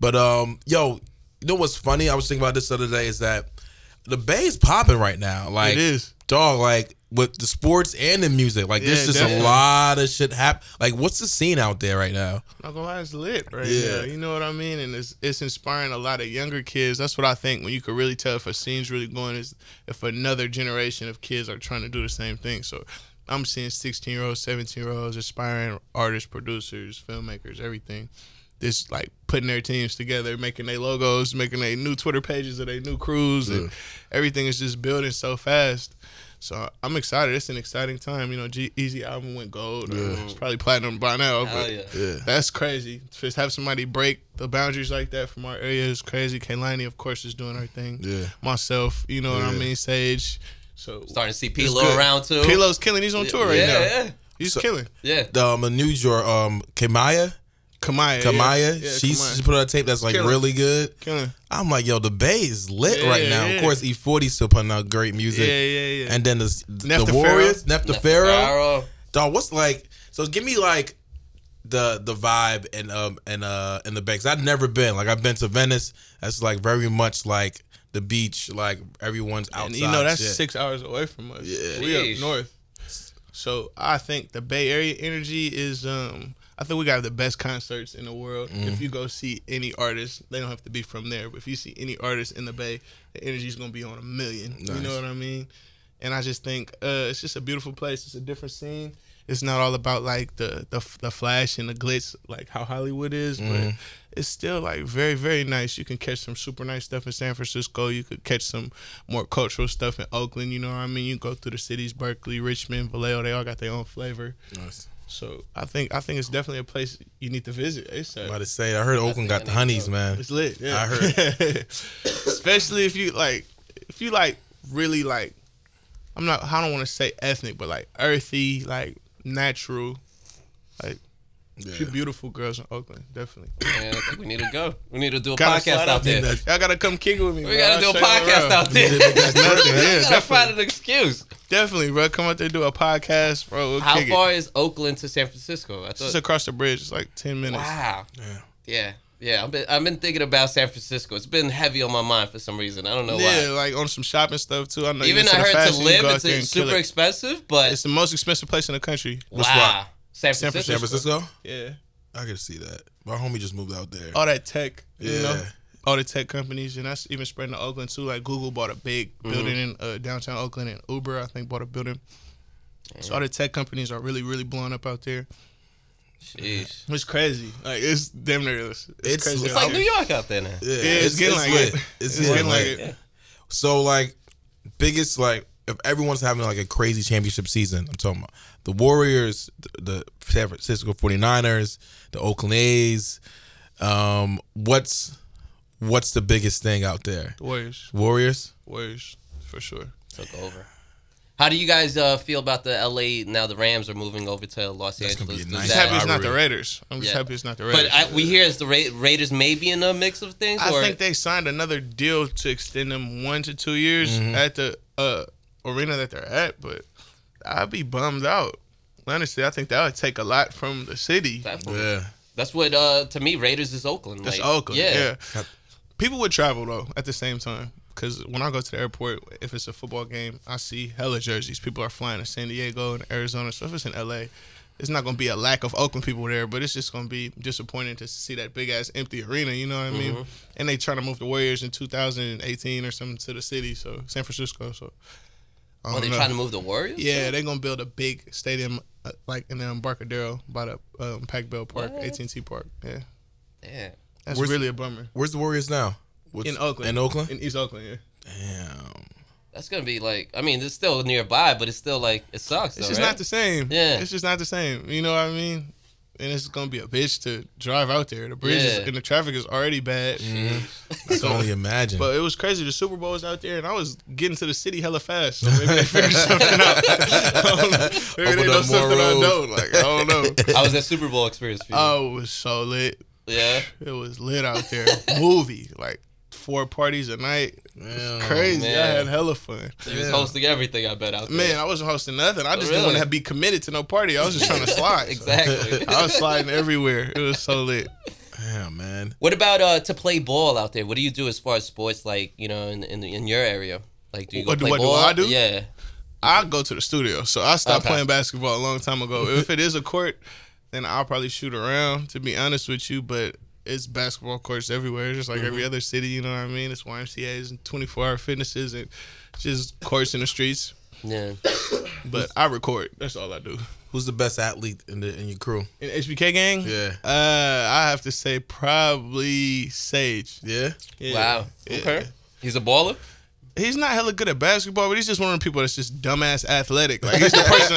Speaker 2: But um, yo, you know what's funny? I was thinking about this the other day is that the Bay is popping right now. Like
Speaker 4: It is.
Speaker 2: dog. Like with the sports and the music. Like there's
Speaker 4: Yeah,
Speaker 2: just a
Speaker 4: definitely.
Speaker 2: lot of shit happen. Like what's the scene out there right now?
Speaker 4: not gonna lie, it's lit right
Speaker 2: Yeah.
Speaker 4: now. You know what I mean? And it's it's inspiring a lot of younger kids. That's what I think when you can really tell if a scene's really going is if another generation of kids are trying to do the same thing. So I'm seeing sixteen year olds, seventeen year olds, aspiring artists, producers, filmmakers, everything. This like putting their teams together, making their logos, making their new Twitter pages of their new crews and everything is just building so fast. So I'm excited. It's an exciting time. You know, G- Easy album went gold. or It's probably platinum by now.
Speaker 3: Hell
Speaker 4: but
Speaker 3: yeah.
Speaker 2: Yeah.
Speaker 4: that's crazy. To have somebody break the boundaries like that from our area is crazy. Kaylani, of course, is doing her thing.
Speaker 2: Yeah.
Speaker 4: Myself, you know what I
Speaker 2: Yeah.
Speaker 4: mean? Sage. So
Speaker 3: Starting to see
Speaker 4: it's
Speaker 3: Pilo
Speaker 4: good.
Speaker 3: around too.
Speaker 4: Pilo's killing. He's on tour right
Speaker 3: yeah,
Speaker 4: now.
Speaker 3: Yeah,
Speaker 4: He's
Speaker 2: So-
Speaker 4: killing.
Speaker 3: yeah.
Speaker 2: Um, a New York, um, Kamaya,
Speaker 4: Kamaya.
Speaker 2: Kamaya,
Speaker 4: Yeah, yeah,
Speaker 2: she's
Speaker 4: Kamaya.
Speaker 2: she put out a tape that's like
Speaker 4: Killing.
Speaker 2: really good.
Speaker 4: killing.
Speaker 2: I'm like, yo, the Bay is lit
Speaker 4: Yeah,
Speaker 2: right now.
Speaker 4: yeah.
Speaker 2: Of course, E40 still putting out great music.
Speaker 4: Yeah, yeah, yeah.
Speaker 2: And then the, the,
Speaker 4: Nefta
Speaker 2: the
Speaker 4: Pharaoh.
Speaker 2: Warriors, Nepta
Speaker 3: Left
Speaker 2: Pharaoh.
Speaker 3: Ferraro.
Speaker 2: Dog, what's like? So give me like the the vibe and um and uh in the banks. I've never been like I've been to Venice. That's like very much like the beach. Like everyone's outside.
Speaker 4: And you know that's
Speaker 2: shit.
Speaker 4: six hours away from us.
Speaker 2: Yeah.
Speaker 4: We
Speaker 3: Jeez.
Speaker 4: up north. So I think the Bay Area energy is um I think we got the best concerts in the world.
Speaker 2: Mm-hmm.
Speaker 4: If you go see any artist, they don't have to be from there, but if you see any artist in the Bay, the energy's gonna be on a million. You know what I mean? And I just think uh, it's just a beautiful place. It's a different scene. It's not all about like the the, the flash and the glitz like how Hollywood is, but it's still like very very nice. You can catch some super nice stuff in San Francisco. You could catch some more cultural stuff in Oakland. You know what I mean? You go through the cities, Berkeley, Richmond, Vallejo. They all got their own flavor.
Speaker 2: Nice.
Speaker 4: So I think I think it's definitely a place you need to visit. It's
Speaker 2: I'm about to say, I heard Oakland got the honeys, man.
Speaker 4: it's lit. Yeah.
Speaker 2: I heard.
Speaker 4: *laughs* Especially if you like, if you like really like, I'm not. I don't want to say ethnic, but like earthy, like natural, like
Speaker 2: Yeah.
Speaker 4: few beautiful girls in Oakland. Definitely.
Speaker 3: Yeah, I think we need to go. We need to do a
Speaker 4: Gotta
Speaker 3: podcast
Speaker 4: slide
Speaker 3: out there.
Speaker 4: Y'all gotta come kick it with me.
Speaker 3: We gotta do a podcast out there. *laughs*
Speaker 2: Yeah, that's nothing.
Speaker 3: we
Speaker 4: Yeah,
Speaker 3: gotta
Speaker 4: definitely.
Speaker 3: find an excuse.
Speaker 4: Definitely, bro. Come out there do a podcast, bro. We'll
Speaker 3: How
Speaker 4: kick
Speaker 3: far
Speaker 4: It.
Speaker 3: is Oakland to San Francisco? I
Speaker 4: It's
Speaker 3: thought.
Speaker 4: across the bridge. It's like ten minutes.
Speaker 3: Wow.
Speaker 2: Yeah.
Speaker 3: Yeah. Yeah. I've been I've been thinking about San Francisco. It's been heavy on my mind for some reason. I don't know
Speaker 4: Yeah,
Speaker 3: why.
Speaker 4: like on some shopping stuff too. I know. you
Speaker 3: Even
Speaker 4: into
Speaker 3: I
Speaker 4: the
Speaker 3: heard
Speaker 4: fashion,
Speaker 3: to
Speaker 4: you
Speaker 3: live,
Speaker 4: go out
Speaker 3: it's
Speaker 4: there
Speaker 3: uh,
Speaker 4: and kill
Speaker 3: super
Speaker 4: it.
Speaker 3: expensive, but
Speaker 4: It's the most expensive place in the country.
Speaker 3: wow. San
Speaker 4: San
Speaker 3: Francisco.
Speaker 2: San Francisco.
Speaker 4: Yeah.
Speaker 2: I could see that. My homie just moved out there.
Speaker 4: all that tech, you know,
Speaker 2: Yeah.
Speaker 4: all the tech companies, and that's even spreading to Oakland too. Like Google bought a big building in uh, downtown Oakland, and Uber, I think, bought a building. So all the tech companies are really, really blowing up out there.
Speaker 3: Jeez.
Speaker 4: It's crazy. Like it's damn near. It's,
Speaker 2: It's-
Speaker 4: it's crazy.
Speaker 2: it's
Speaker 3: It's
Speaker 4: out
Speaker 3: like
Speaker 4: here.
Speaker 3: New York out there now.
Speaker 2: Yeah,
Speaker 4: Yeah, it's, getting like
Speaker 2: lit.
Speaker 4: it.
Speaker 2: It's, getting like it. So like biggest like if everyone's having like a crazy championship season, I'm talking about the Warriors, the, the San Francisco 49ers, the Oakland A's. Um what's what's the biggest thing out there?
Speaker 4: Warriors,
Speaker 2: Warriors?
Speaker 4: Warriors for sure.
Speaker 3: Took over. How do you guys uh, feel about the LA now the Rams are moving over to Los
Speaker 2: gonna
Speaker 3: Angeles?
Speaker 2: be a
Speaker 3: Does
Speaker 2: nice
Speaker 4: I'm just
Speaker 3: that-
Speaker 4: happy it's not the
Speaker 2: rivalry.
Speaker 4: Raiders. I'm just
Speaker 3: Yeah.
Speaker 4: happy it's not the Raiders.
Speaker 3: But I, we hear it's the Ra- Raiders may be in a mix of things.
Speaker 4: I
Speaker 3: or
Speaker 4: think they signed another deal to extend them one to two years at the uh, arena that they're at, but I'd be bummed out. Honestly, I think that would take a lot from the city.
Speaker 3: Definitely.
Speaker 2: Yeah.
Speaker 3: That's what uh, to me Raiders is Oakland.
Speaker 4: That's
Speaker 3: like,
Speaker 4: Oakland. Yeah.
Speaker 2: Yep.
Speaker 4: People would travel though at the same time. Cause when I go to the airport, if it's a football game, I see hella jerseys. People are flying to San Diego and Arizona. So if it's in LA, it's not gonna be a lack of Oakland people there, but it's just gonna be disappointing to see that big ass empty arena. You know what I mean?
Speaker 3: Mm-hmm.
Speaker 4: And they trying to move the Warriors in 2018 or something to the city, so San Francisco. So I
Speaker 3: Oh,
Speaker 4: don't
Speaker 3: they're
Speaker 4: know.
Speaker 3: trying to move the Warriors.
Speaker 4: Yeah, they're gonna build a big stadium uh, like in the Embarcadero by the um, Pac Bell Park,
Speaker 3: What?
Speaker 4: AT&T Park. Yeah,
Speaker 3: Yeah.
Speaker 4: that's
Speaker 2: Where's-
Speaker 4: really a bummer.
Speaker 2: Where's the Warriors now? What's-
Speaker 4: In Oakland.
Speaker 2: In Oakland?
Speaker 4: In East Oakland, yeah.
Speaker 2: Damn.
Speaker 3: That's gonna be like. I mean, it's still nearby, but it's still like it sucks.
Speaker 4: It's
Speaker 3: though,
Speaker 4: just
Speaker 3: right?
Speaker 4: not the same.
Speaker 3: Yeah.
Speaker 4: It's just not the same. You know what I mean? and it's gonna be a bitch to drive out there. The bridge is,
Speaker 3: Yeah.
Speaker 4: and the traffic is already bad.
Speaker 2: Mm-hmm. I can only imagine.
Speaker 4: *laughs* But it was crazy. The Super Bowl was out there, and I was getting to the city hella fast. So maybe they *laughs* figured something out. I don't know. Maybe
Speaker 2: Opened
Speaker 4: they know
Speaker 2: up more
Speaker 4: something I
Speaker 2: roads.
Speaker 4: don't. Like I don't
Speaker 2: *laughs*
Speaker 4: know. *laughs*
Speaker 3: How was that Super Bowl experience for you?
Speaker 4: Oh, it was so lit.
Speaker 3: yeah.
Speaker 4: It was lit out there. Movie like four parties a night.
Speaker 2: Damn.
Speaker 4: Crazy. I
Speaker 3: man.
Speaker 4: had hella fun.
Speaker 3: He was hosting everything, I bet, out there.
Speaker 4: Man, I wasn't hosting nothing. I just didn't
Speaker 3: Really?
Speaker 4: want to be committed to no party. I was just trying to slide.
Speaker 3: exactly.
Speaker 4: *laughs* I was sliding everywhere. It was so lit.
Speaker 2: Damn, man.
Speaker 3: what about uh, to play ball out there? What do you do as far as sports, like, you know, in, in, in your area? Like, do you go
Speaker 4: What do-
Speaker 3: play
Speaker 4: what do
Speaker 3: ball?
Speaker 4: I do?
Speaker 3: Yeah.
Speaker 4: I go to the studio, so I stopped
Speaker 3: Okay.
Speaker 4: playing basketball a long time ago. if it is a court, then I'll probably shoot around. To be honest with you, but it's basketball courts everywhere, just like every other city. You know what I mean? It's YMCA's and twenty four hour fitnesses and just courts in the streets.
Speaker 3: Yeah.
Speaker 4: But I record. That's all I do.
Speaker 2: Who's the best athlete in the in your crew?
Speaker 4: In HBK gang,
Speaker 2: Yeah.
Speaker 4: uh, I have to say probably Sage.
Speaker 2: Yeah.
Speaker 4: Yeah.
Speaker 3: Wow.
Speaker 4: Yeah.
Speaker 3: Okay. He's a baller?
Speaker 4: he's not hella good at basketball, but he's just one of the people that's just dumbass athletic. Like he's the person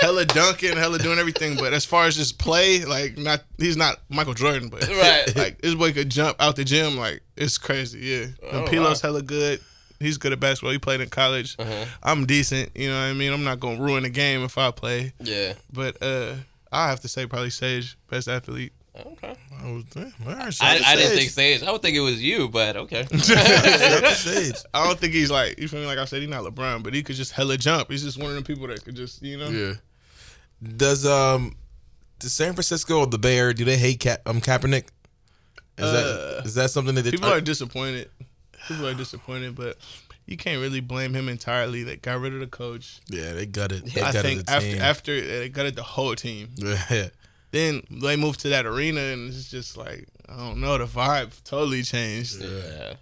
Speaker 3: *laughs*
Speaker 4: hella dunking, hella doing everything. But as far as just play, like not he's not Michael Jordan,
Speaker 3: *laughs*
Speaker 4: but
Speaker 3: Right.
Speaker 4: like this boy could jump out the gym, like it's crazy. Yeah,
Speaker 3: Oh,
Speaker 4: and Pilo's hella good. He's good at basketball. He played in college.
Speaker 3: Uh-huh.
Speaker 4: I'm decent. You know what I mean. I'm not gonna ruin the game if I play.
Speaker 3: Yeah.
Speaker 4: But uh I have to say probably Sage best athlete.
Speaker 3: Okay.
Speaker 2: I, was, damn, all right, shout
Speaker 3: I,
Speaker 2: out to
Speaker 3: I didn't
Speaker 2: Sage.
Speaker 3: think Sage. I would think it was you, but okay.
Speaker 4: *laughs*
Speaker 2: Shout *laughs* out to Sage.
Speaker 4: I don't think he's like you feel me. Like I said, he's not LeBron, but he could just hella jump. He's just one of the people that could just you know.
Speaker 2: Yeah. Does um does San Francisco or the Bay Area do they hate Ka- um Kaepernick? Is that is that something that they
Speaker 4: Uh, People are disappointed. People are disappointed, but you can't really blame him entirely. They got rid of the coach.
Speaker 2: yeah they gutted. They
Speaker 4: I
Speaker 2: gutted
Speaker 4: think
Speaker 2: the
Speaker 4: after
Speaker 2: team.
Speaker 4: after they gutted the whole team.
Speaker 2: *laughs* Yeah.
Speaker 4: Then they moved to that arena, and it's just like I don't know. The vibe totally changed.
Speaker 3: yeah.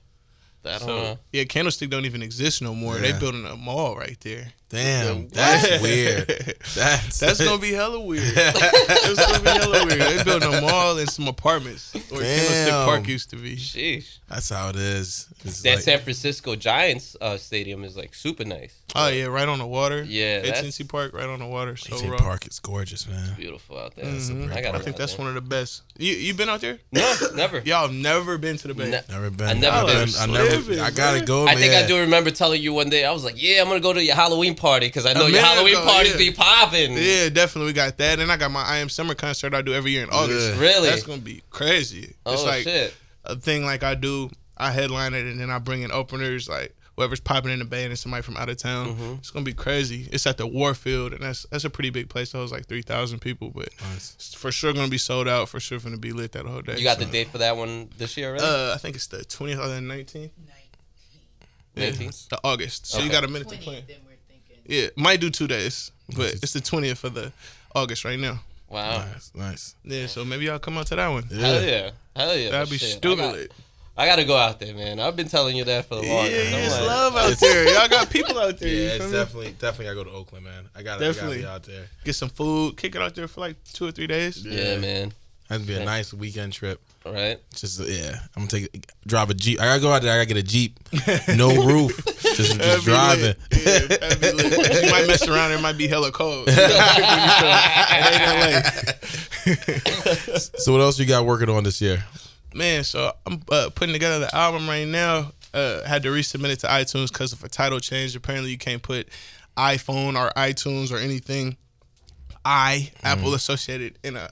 Speaker 3: I don't
Speaker 4: So
Speaker 3: know.
Speaker 4: yeah, Candlestick don't even exist no more. They
Speaker 2: Yeah.
Speaker 4: building a mall right there.
Speaker 2: Damn,
Speaker 4: *laughs*
Speaker 2: that's weird. That's
Speaker 4: That's gonna be hella weird. *laughs* That's gonna be hella weird. They building a mall and some apartments where Candlestick
Speaker 2: Damn.
Speaker 4: Park used to be.
Speaker 3: Sheesh.
Speaker 2: *laughs* that's how it is. It's
Speaker 3: That
Speaker 2: like-
Speaker 3: San Francisco Giants uh, stadium is like super nice.
Speaker 4: Oh yeah, right on the water.
Speaker 3: Yeah, that's-
Speaker 4: AT&T Park, right on the water. So
Speaker 2: Saint
Speaker 4: raw.
Speaker 2: Park is gorgeous, man.
Speaker 3: Beautiful out there.
Speaker 2: Mhm.
Speaker 3: I got.
Speaker 4: I think *laughs* that's one of the best. You you been out there?
Speaker 3: No, never.
Speaker 4: Y'all never been to the Bay.
Speaker 3: Ne-
Speaker 2: Never been.
Speaker 3: I never
Speaker 2: I've
Speaker 3: been.
Speaker 2: been- I never.
Speaker 4: Slipping,
Speaker 2: I gotta
Speaker 4: man.
Speaker 2: go.
Speaker 3: I
Speaker 2: Man.
Speaker 3: think I do remember telling you one day. I was like, "Yeah, I'm gonna go to your Halloween party because I know your
Speaker 4: minute
Speaker 3: Halloween
Speaker 4: ago,
Speaker 3: parties
Speaker 4: yeah.
Speaker 3: be popping."
Speaker 4: Yeah, definitely. We got that, and I got my I Am Summer concert I do every year in August.
Speaker 2: Yeah.
Speaker 3: Really?
Speaker 4: That's gonna be crazy.
Speaker 3: Oh
Speaker 4: it's like
Speaker 3: shit.
Speaker 4: a thing like I do. I headline it, and then I bring in openers like whoever's popping in the Bay, and it's somebody from out of town.
Speaker 3: Mm-hmm.
Speaker 4: It's gonna be crazy. It's at the Warfield, and that's that's a pretty big place. That was like three thousand people, but
Speaker 2: Nice.
Speaker 4: it's for sure gonna be sold out. For sure gonna be lit that whole day.
Speaker 3: You got the
Speaker 4: So,
Speaker 3: date for that one this year, really?
Speaker 4: Uh, I think it's the twentieth or the nineteenth. Yeah,
Speaker 3: 19th?
Speaker 4: the August. So you
Speaker 3: Okay.
Speaker 4: got a minute to plan.
Speaker 5: Twenty, then we're thinking.
Speaker 4: Yeah, might do two days, but it's the twentieth for the August right now.
Speaker 3: wow.
Speaker 2: Nice, nice.
Speaker 4: Yeah, so maybe y'all come out to that one.
Speaker 3: Hell yeah. Hell yeah.
Speaker 4: That'd be
Speaker 3: Shit.
Speaker 4: stupid.
Speaker 3: I got, I got to go out there, man. I've been telling you that for the
Speaker 4: yeah,
Speaker 3: longest. I'm
Speaker 4: it's
Speaker 3: like,
Speaker 4: love out there. Y'all got people
Speaker 3: *laughs*
Speaker 4: out there. you
Speaker 2: Yeah,
Speaker 4: feel
Speaker 2: it's
Speaker 4: me?
Speaker 2: definitely definitely. I go to Oakland, man. I gotta,
Speaker 4: Definitely.
Speaker 2: I gotta be out there.
Speaker 4: Get some food, kick it out there for like two or three days.
Speaker 3: Yeah, man.
Speaker 2: That'd be a nice weekend trip.
Speaker 3: All right.
Speaker 2: Just yeah, I'm gonna take drive a jeep. I gotta go out there. I gotta get a jeep,
Speaker 4: *laughs*
Speaker 2: no roof, just,
Speaker 4: That'd
Speaker 2: just
Speaker 4: be
Speaker 2: driving.
Speaker 4: lit. Yeah, that'd be
Speaker 3: *laughs*
Speaker 4: lit. you might mess around. It might be hella cold. It ain't LA.
Speaker 2: So what else you got working on this year?
Speaker 4: Man, so I'm uh, putting together the album right now. Uh, had to resubmit it to iTunes because of a title change. Apparently, you can't put iPhone or iTunes or anything I Apple associated in a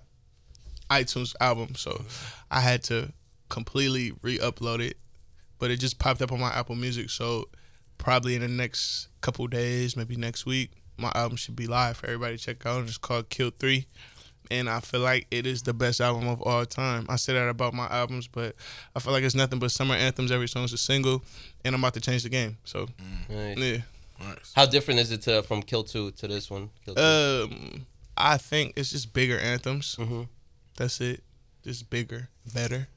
Speaker 4: iTunes album. So I had to completely re-upload it, but it just popped up on my Apple Music. So probably in the next couple days, maybe next week, my album should be live for everybody to check out. It's called Kill Three and I feel like it is the best album of all time. I say that about my albums, but I feel like it's nothing but summer anthems. Every song's a single, and I'm about to change the game. So
Speaker 3: Nice.
Speaker 4: yeah,
Speaker 3: How different is it to, from Kill 2 to this one? Kill 2?
Speaker 4: um, I think it's just bigger anthems. That's it. Just bigger, better.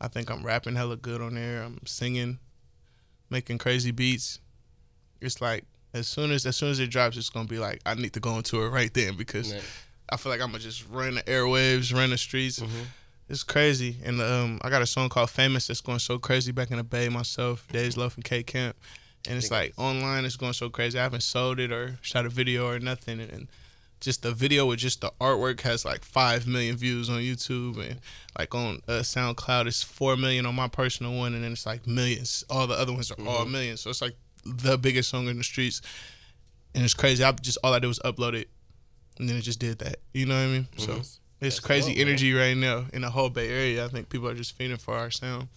Speaker 4: I think I'm rapping hella good on there. I'm singing, making crazy beats. It's like as soon as as soon as it drops, it's gonna be like I need to go into it right then because
Speaker 3: Right.
Speaker 4: I feel like I'm gonna just run the airwaves, run the streets. It's crazy, and um, I got a song called "Famous" that's going so crazy back in the Bay. Myself, Days Love, and K Camp, and it's like online, it's going so crazy. I haven't sold it or shot a video or nothing, and, and just the video with just the artwork has like five million views on YouTube and like on uh, SoundCloud it's four million on my personal one and then it's like millions. All the other ones are
Speaker 2: Mm-hmm.
Speaker 4: all millions. So it's like the biggest song in the streets. And it's crazy. I just all I did was upload it, and then it just did that. You know what I mean?
Speaker 2: Mm-hmm.
Speaker 4: So it's crazy energy right now in the whole Bay Area. I think people are just feeding for our sound.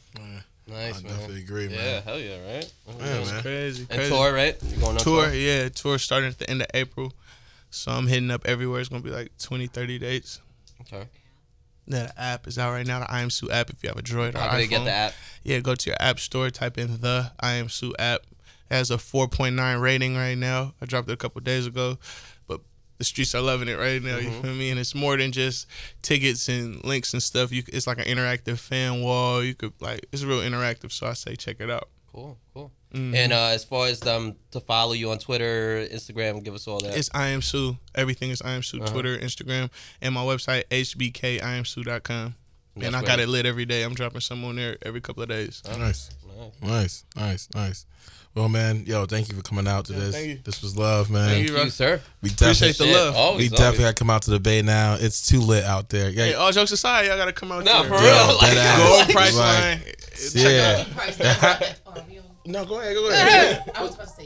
Speaker 3: Nice,
Speaker 2: I
Speaker 3: man.
Speaker 2: definitely agree,
Speaker 3: yeah,
Speaker 2: man.
Speaker 3: hell yeah, right?
Speaker 2: Yeah, man.
Speaker 4: Crazy,
Speaker 3: And
Speaker 4: crazy.
Speaker 3: tour, right? You're going on
Speaker 4: tour, yeah, tour starting at the end of April. So I'm hitting up everywhere. It's gonna be like 20, 30 dates.
Speaker 3: Okay.
Speaker 4: That app is out right now. The I Am Sue app. If you have a Droid or
Speaker 3: How can they get
Speaker 4: iPhone.
Speaker 3: the app?
Speaker 4: Yeah, go to your app store, type in the I Am Sue app. It has a 4.9 rating right now. I dropped it a couple days ago, but the streets are loving it right now.
Speaker 3: Mm-hmm.
Speaker 4: You feel me? And it's more than just tickets and links and stuff. You, c- it's like an interactive fan wall. You could like, it's real interactive. So I say check it out.
Speaker 3: Cool, cool. And uh, as far as um, to follow you on Twitter, Instagram, give us all that.
Speaker 4: It's I Am Sue. Everything is I Am
Speaker 3: Uh-huh.
Speaker 4: Sue. Twitter, Instagram, and my website hbkiamsue.com.
Speaker 3: That's
Speaker 4: And I got
Speaker 3: great.
Speaker 4: it lit every day. I'm dropping some on there every couple of days.
Speaker 2: Nice. Nice, nice, nice. Well, man, yo, thank you for coming out to this.
Speaker 4: thank you.
Speaker 2: This was love, man.
Speaker 4: Thank
Speaker 3: Thank you,
Speaker 4: bro.
Speaker 3: sir.
Speaker 2: We
Speaker 4: Appreciate the
Speaker 2: definitely,
Speaker 4: love.
Speaker 3: Yeah,
Speaker 2: we
Speaker 3: always,
Speaker 2: definitely
Speaker 3: always.
Speaker 2: gotta come out to the bay now. It's too lit out there. Yeah,
Speaker 4: Hey, *laughs* all jokes aside, y'all gotta come out.
Speaker 3: Nah,
Speaker 4: to
Speaker 3: for
Speaker 4: it.
Speaker 3: real.
Speaker 2: Yo,
Speaker 3: *laughs* like,
Speaker 2: that
Speaker 4: Gold
Speaker 2: ass.
Speaker 4: price
Speaker 2: Like,
Speaker 4: line.
Speaker 2: yeah.
Speaker 4: No, go
Speaker 2: *laughs*
Speaker 4: ahead, go ahead.
Speaker 5: Oh, I was about to say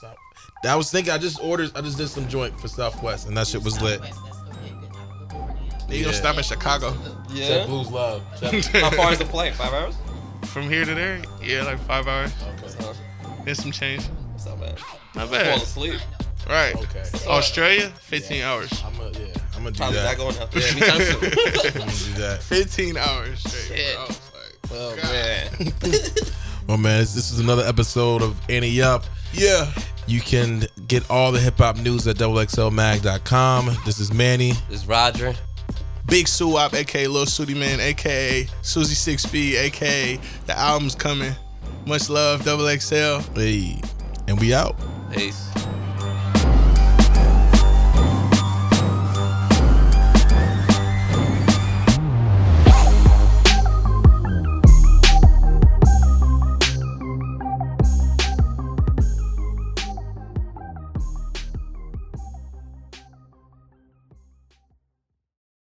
Speaker 5: Southwest.
Speaker 2: I was thinking. I just ordered. I just did some joint for Southwest, and that shit was lit.
Speaker 5: Southwest, that's gonna be a good time for Gordon.
Speaker 4: They gonna stop in Chicago.
Speaker 2: That
Speaker 3: Yeah.
Speaker 2: blues love.
Speaker 3: How far is the flight? Five hours?
Speaker 4: *laughs* From here to there, yeah, like five hours.
Speaker 3: Huh?
Speaker 4: Then some change.
Speaker 3: It's not bad.
Speaker 4: Not
Speaker 3: Fall
Speaker 4: bad.
Speaker 3: asleep.
Speaker 4: Right.
Speaker 2: Okay.
Speaker 4: Australia, 15 hours.
Speaker 2: I'm gonna yeah. I'm gonna do
Speaker 3: Probably
Speaker 2: that.
Speaker 3: not going out there *laughs* anytime
Speaker 4: *laughs*
Speaker 3: soon.
Speaker 2: I'm gonna
Speaker 3: *laughs*
Speaker 2: do that.
Speaker 4: 15 hours straight.
Speaker 3: Shit.
Speaker 4: Bro. I was like,
Speaker 3: oh,
Speaker 4: God.
Speaker 3: man.
Speaker 2: Well, man, this, this is another episode of Any Up.
Speaker 4: Yeah.
Speaker 2: You can get all the hip hop news at doublexlmag.com. This is Manny.
Speaker 3: It's Roger.
Speaker 4: Big Suwop, aka Lil Sooty Man, aka Susie Six B, aka the album's coming. Much love, double XL.
Speaker 2: Hey, and we out.
Speaker 3: Peace.